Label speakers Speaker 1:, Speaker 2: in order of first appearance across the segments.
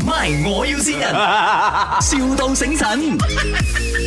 Speaker 1: My，我要先人，, 笑到醒神。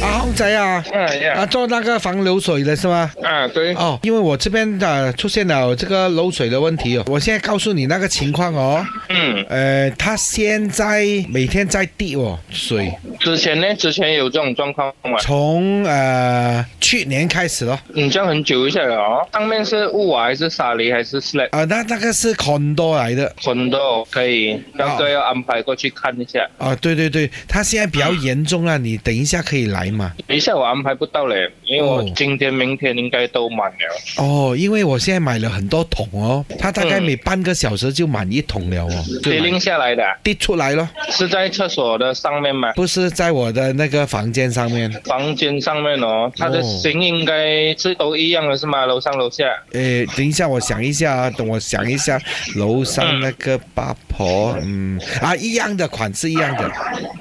Speaker 2: 啊，红仔啊，
Speaker 3: 哎
Speaker 2: 啊
Speaker 3: 呀，
Speaker 2: 做那个防流水的是吗？
Speaker 3: 啊对，
Speaker 2: 哦，因为我这边的、出现了这个漏水的问题哦，我现在告诉你那个情况哦，
Speaker 3: 嗯，
Speaker 2: 呃，他现在每天在滴哦水，
Speaker 3: 之前呢，之前有这种状况嘛，
Speaker 2: 从呃去年开始咯，
Speaker 3: 你这样很久一下了哦。上面是雾啊，还是沙泥，还是 slab？
Speaker 2: 啊、那那个是 condo 来的
Speaker 3: 很多可以，要不要安排过去看一下？
Speaker 2: 啊、对对对，他现在比较严重啊，你等一下可以来嘛。
Speaker 3: 等一下我安排不到嘞，因为我
Speaker 2: 哦
Speaker 3: 今天、明天应该都满了。
Speaker 2: 哦，因为我现在买了很多桶哦，他大概
Speaker 3: 嗯
Speaker 2: 每半个小时就满一桶了哦，就
Speaker 3: 谁拎
Speaker 2: 满
Speaker 3: 下来的啊？
Speaker 2: 滴出来咯，
Speaker 3: 是在厕所的上面吗？
Speaker 2: 不是在我的那个房间上面。
Speaker 3: 房间上面哦，它的
Speaker 2: 哦
Speaker 3: 型应该是都一样的是吗？楼上楼下。
Speaker 2: 诶，等一下，我想一下啊，等我想一下，楼
Speaker 3: 嗯
Speaker 2: 上那个八婆，嗯，啊，一样的款式一样的，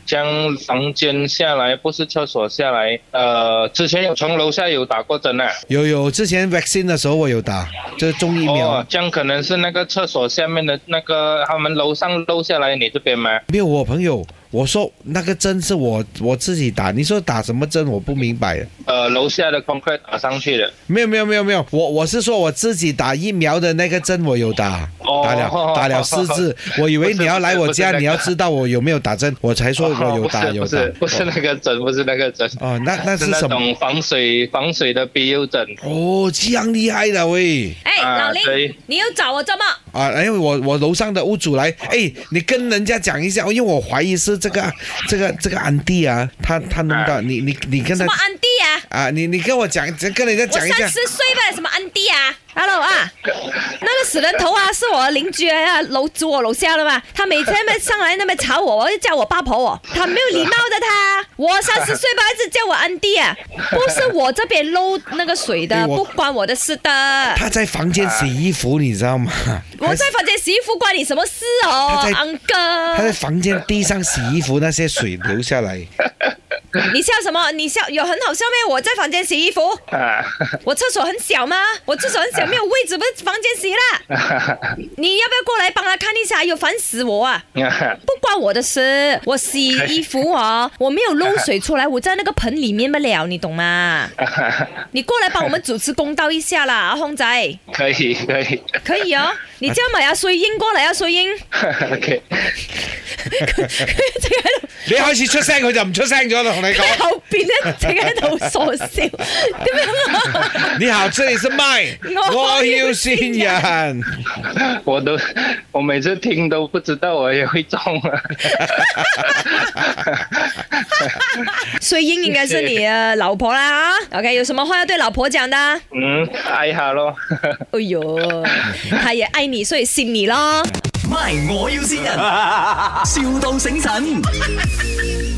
Speaker 3: 将房间下来，不是厕所下来。呃，之前有从楼下有打过针啊。
Speaker 2: 有有，之前 vaccine 的时候我有打，就是中疫苗，
Speaker 3: 哦，这样可能是那个厕所下面的那个，他们楼上漏下来你这边吗？
Speaker 2: 没有我朋友，我说那个针是我我自己打，你说打什么针我不明白，
Speaker 3: 呃，楼下的 concrete 打上去的。
Speaker 2: 没有没有没有没有，我我是说我自己打疫苗的那个针我有打，
Speaker 3: 哦
Speaker 2: 打 了打了四支，我以为
Speaker 3: 不是
Speaker 2: 你要来我
Speaker 3: 不是不是那
Speaker 2: 家，
Speaker 3: 个
Speaker 2: 你要知道我有没有打针，我才说我有打
Speaker 3: 哦
Speaker 2: 有
Speaker 3: 不
Speaker 2: 打
Speaker 3: 是，不是不是那个针，不是那个针，
Speaker 2: 哦，那那是
Speaker 3: 是那
Speaker 2: 什么？
Speaker 3: 种防水防水的 BU 针。
Speaker 2: 哦，这样厉害的喂！
Speaker 4: 哎，
Speaker 3: 啊
Speaker 4: 老林
Speaker 3: 对，
Speaker 4: 你又找我做梦？
Speaker 2: 啊，哎，我我楼上的屋主来，哎，你跟人家讲一下，因为我怀疑是这个这个这个安迪啊，他他弄到你你你跟他
Speaker 4: 什么安迪啊？
Speaker 2: 啊，你你跟我讲，跟人家
Speaker 4: 我
Speaker 2: 讲一
Speaker 4: 三
Speaker 2: 下
Speaker 4: 十岁吧，什么安迪啊？Hello 啊，那个死人头啊，是我的邻居啊，楼住我楼下的嘛。他每天那么上来那么吵我，我就叫我八婆我，他没有礼貌的他。我三十岁吧，一直叫我安迪啊，不是我这边漏那个水
Speaker 2: 哎
Speaker 4: 的，
Speaker 2: 我
Speaker 4: 不关我的事的。
Speaker 2: 他在房间洗衣服，你知道吗？
Speaker 4: 我在房间洗衣服，关你什么事哦
Speaker 2: 他在
Speaker 4: 安
Speaker 2: 他在
Speaker 4: 哥，
Speaker 2: 房间地上洗衣服，那些水流下来。
Speaker 4: 你笑什么？你笑有很好笑咩？我在房间洗衣服，
Speaker 3: 啊，
Speaker 4: 我厕所很小吗？我厕所很小，没有位置，不是房间洗啦。你要不要过来帮他看一下？哎呦，烦死我啊！不关我的事，我洗衣服哦，我没有漏水出来，我在那个盆里面不了，你懂吗？你过来帮我们主持公道一下啦，阿红仔，
Speaker 3: 可以可以
Speaker 4: 可以哦。你叫埋阿水英过来，阿水英，
Speaker 3: ，OK，
Speaker 4: 淨係喺度
Speaker 2: 你開始出聲，佢就唔出聲咗啦，同你
Speaker 4: 喺
Speaker 2: 講。
Speaker 4: 後邊咧，淨係喺度傻笑， 點樣啊？
Speaker 2: 你好，這裡是麥，我
Speaker 4: 我
Speaker 2: 要
Speaker 4: 要
Speaker 2: 線
Speaker 4: 線
Speaker 2: 人。
Speaker 3: 我都我每次听都不知道我也会中啊。
Speaker 4: 水英應該是你的老婆啦啊，OK，有什麼話要對老婆講的啊？
Speaker 3: 嗯，挨一下咯。
Speaker 4: 哎呦，她也愛你，所以信你咯。
Speaker 1: My，我要先人，,笑到醒神。